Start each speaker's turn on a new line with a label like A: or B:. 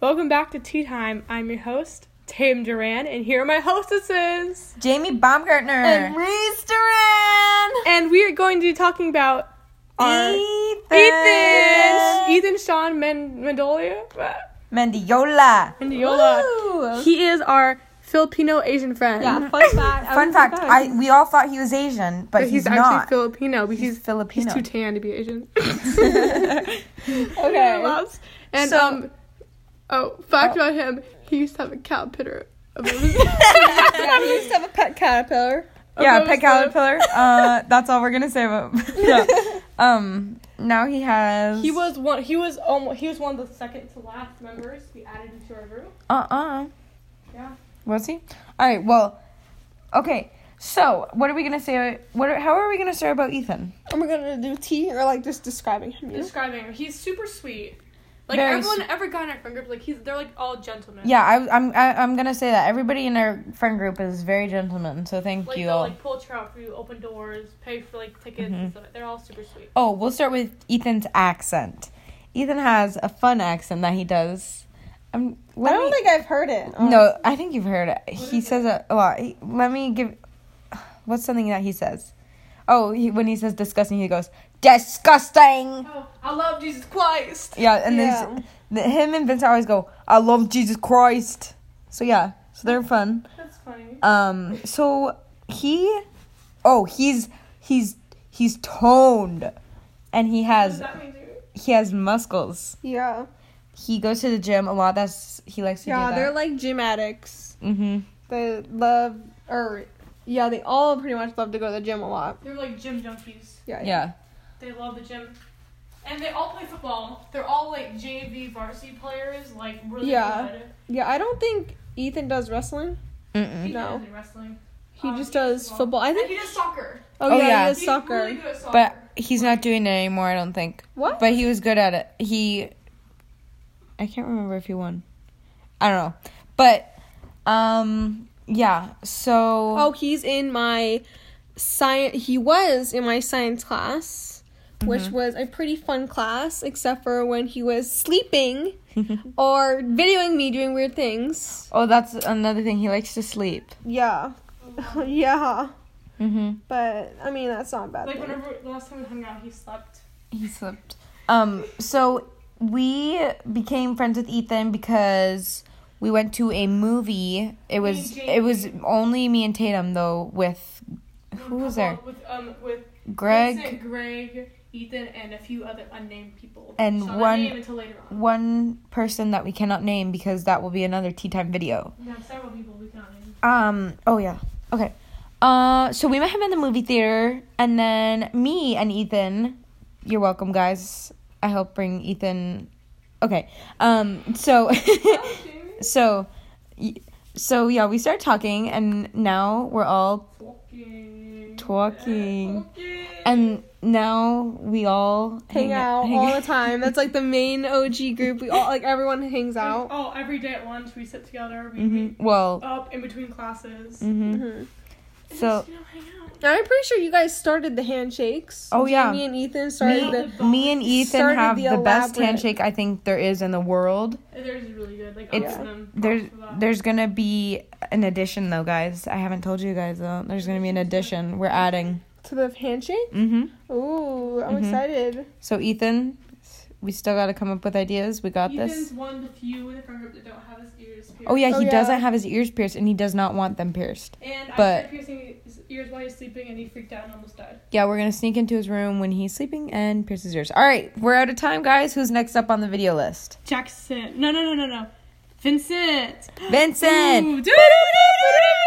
A: Welcome back to Tea Time. I'm your host, Tam Duran, and here are my hostesses.
B: Jamie Baumgartner.
C: And Reese Duran.
A: And we are going to be talking about our
B: Ethan.
A: Ethan, Ethan Sean Men- Mendolia,
B: Mendiola.
A: Mendiola.
C: Ooh.
A: He is our Filipino Asian friend.
C: Yeah, fun fact. I
B: Fun
C: was
B: fact,
C: surprised.
B: I we all thought he was Asian, but
A: But
B: he's,
A: he's,
B: not.
A: actually Filipino because he's,
B: Filipino.
A: he's too tan to be Asian.
C: Okay.
A: And
B: So-
A: um, oh, fact about him, he used to have a cow pitter. above his-
C: I used to have a pet caterpillar.
B: yeah,
A: above
B: pet
A: his lip.
B: caterpillar. Uh, that's all we're gonna say about. yeah. Um, now he has.
A: He was one. He was almost. He was one of the second to last members we added into our group.
B: Uh uh
A: Yeah.
B: Was he? All right. Well. Okay. So, what are we gonna say? What? Are, how are we gonna start about Ethan?
C: Are we gonna do tea or like just describing him? you know?
A: Describing him, he's super sweet. Like
B: Very
A: everyone, every guy in our friend group, like he's they're like all gentlemen.
B: Yeah, I, I'm. I, I'm gonna say that everybody in our friend group is very gentleman. So thank
A: Like
B: you Mm-hmm.
A: they'll
B: all.
A: like pull chair out for you, open doors, pay for like tickets and stuff. They're all super sweet.
B: Oh, we'll start with Ethan's accent. Ethan has a fun accent that he does. I'm,
C: I
B: let
C: don't
B: me,
C: think I've heard it.
B: no, I think you've heard it. He says it a lot. He- Let me give. What's something that he says? Oh, he, when he says disgusting, he goes disgusting.
A: Oh, I love Jesus Christ.
B: Yeah, and
C: Yeah.
B: then the- him and Vincent always go, "I love Jesus Christ." So yeah, so they're fun.
A: That's funny.
B: Um, so he, oh, he's he's he's toned, and he
A: Does
B: has
A: that mean you?
B: he has muscles.
C: Yeah.
B: He goes to the gym a lot. That's he likes to
C: Yeah,
B: do
C: they're
B: that.
C: like gym addicts.
B: mm-hmm.
C: They love, or yeah, they all pretty much love to go to the gym a lot.
A: They're like gym junkies.
C: Yeah.
B: Yeah.
A: They love the gym. And they all play football. They're all like JV varsity players, like really
C: Yeah.
A: good.
C: Yeah, I don't think Ethan does wrestling.
B: Mm-mm.
A: He
C: No.
A: does wrestling.
C: He
A: Um,
C: just
A: he does
C: does football. I
A: And he
C: think.
A: does soccer.
C: Oh,
B: Oh,
C: yeah,
B: yeah.
C: he does
A: He's
C: soccer.
A: really good at soccer.
B: But he's not doing it anymore. I don't think.
C: What?
B: But he was good at it. He. I can't remember if he won. I don't know, but um, yeah. So
C: Oh, he's in my science. He was in my science class, which
B: Mm-hmm.
C: was a pretty fun class, except for when he was sleeping or videoing me doing weird things.
B: Oh, that's another thing. He likes to sleep.
C: Yeah, yeah.
B: Mm-hmm.
C: But I mean, that's not a bad.
A: like
C: thing.
A: whenever the last time we hung out, he slept.
B: He slept. Um. So we became friends with Ethan because we went to a movie. It was
A: Me and
B: it was only me and Tatum though with Who was there?
A: With um with
B: Greg,
A: Vincent, Greg, Ethan, and a few other unnamed people.
B: And
A: Shall not
B: one-
A: name until later on.
B: one person that we cannot name because that will be another tea time video.
A: We have several people we cannot name.
B: Um. Oh yeah. Okay. Uh. So we met him in the movie theater, and then me and Ethan. You're welcome, guys. I helped bring Ethan. Okay. Um. So. so. y- So yeah, we start talking, and now we're all
A: Talking.
B: Talking.
A: Talking.
B: and now we all
C: Hang out
B: hang-
C: all the time. That's like the main OG group. We all like everyone hangs out.
A: Oh, every day at lunch we sit together. We meet
B: Mhm. Well.
A: up in between classes.
B: hmm
C: Mhm.
A: And
B: So
A: just, you know, hang out.
C: And I'm pretty sure you guys started the handshakes.
B: Oh, yeah.
C: me and Ethan started
B: me,
C: the.
B: me and Ethan
C: started
B: have
C: the
B: the, best
C: elaborate-
B: handshake I think there is in the world.
A: Theirs is really good. Like
B: It's-
A: I'm them.
B: There's
A: props for that.
B: there's gonna be an addition though, guys. I haven't told you guys though. There's gonna be an addition. We're adding.
C: To the handshake?
B: hmm
C: Ooh, I'm
B: Mhm.
C: excited.
B: So Ethan, we still gotta come up with ideas. We got
A: Ethan's
B: this.
A: one of the few in the friend group that don't have his ears pierced.
B: Oh yeah,
C: Oh,
B: he
C: yeah.
B: doesn't have his ears pierced, and he does not want them pierced.
A: And I
B: but-
A: tried piercing his ears while he was sleeping, and he freaked out and almost died.
B: Yeah, we're gonna sneak into his room when he's sleeping and pierce his ears. All right, we're out of time, guys. Who's next up on the video list?
A: Jackson. No, no, no, no, no. Vincent.
B: Vincent.
A: Ooh, do-do-do-do-do.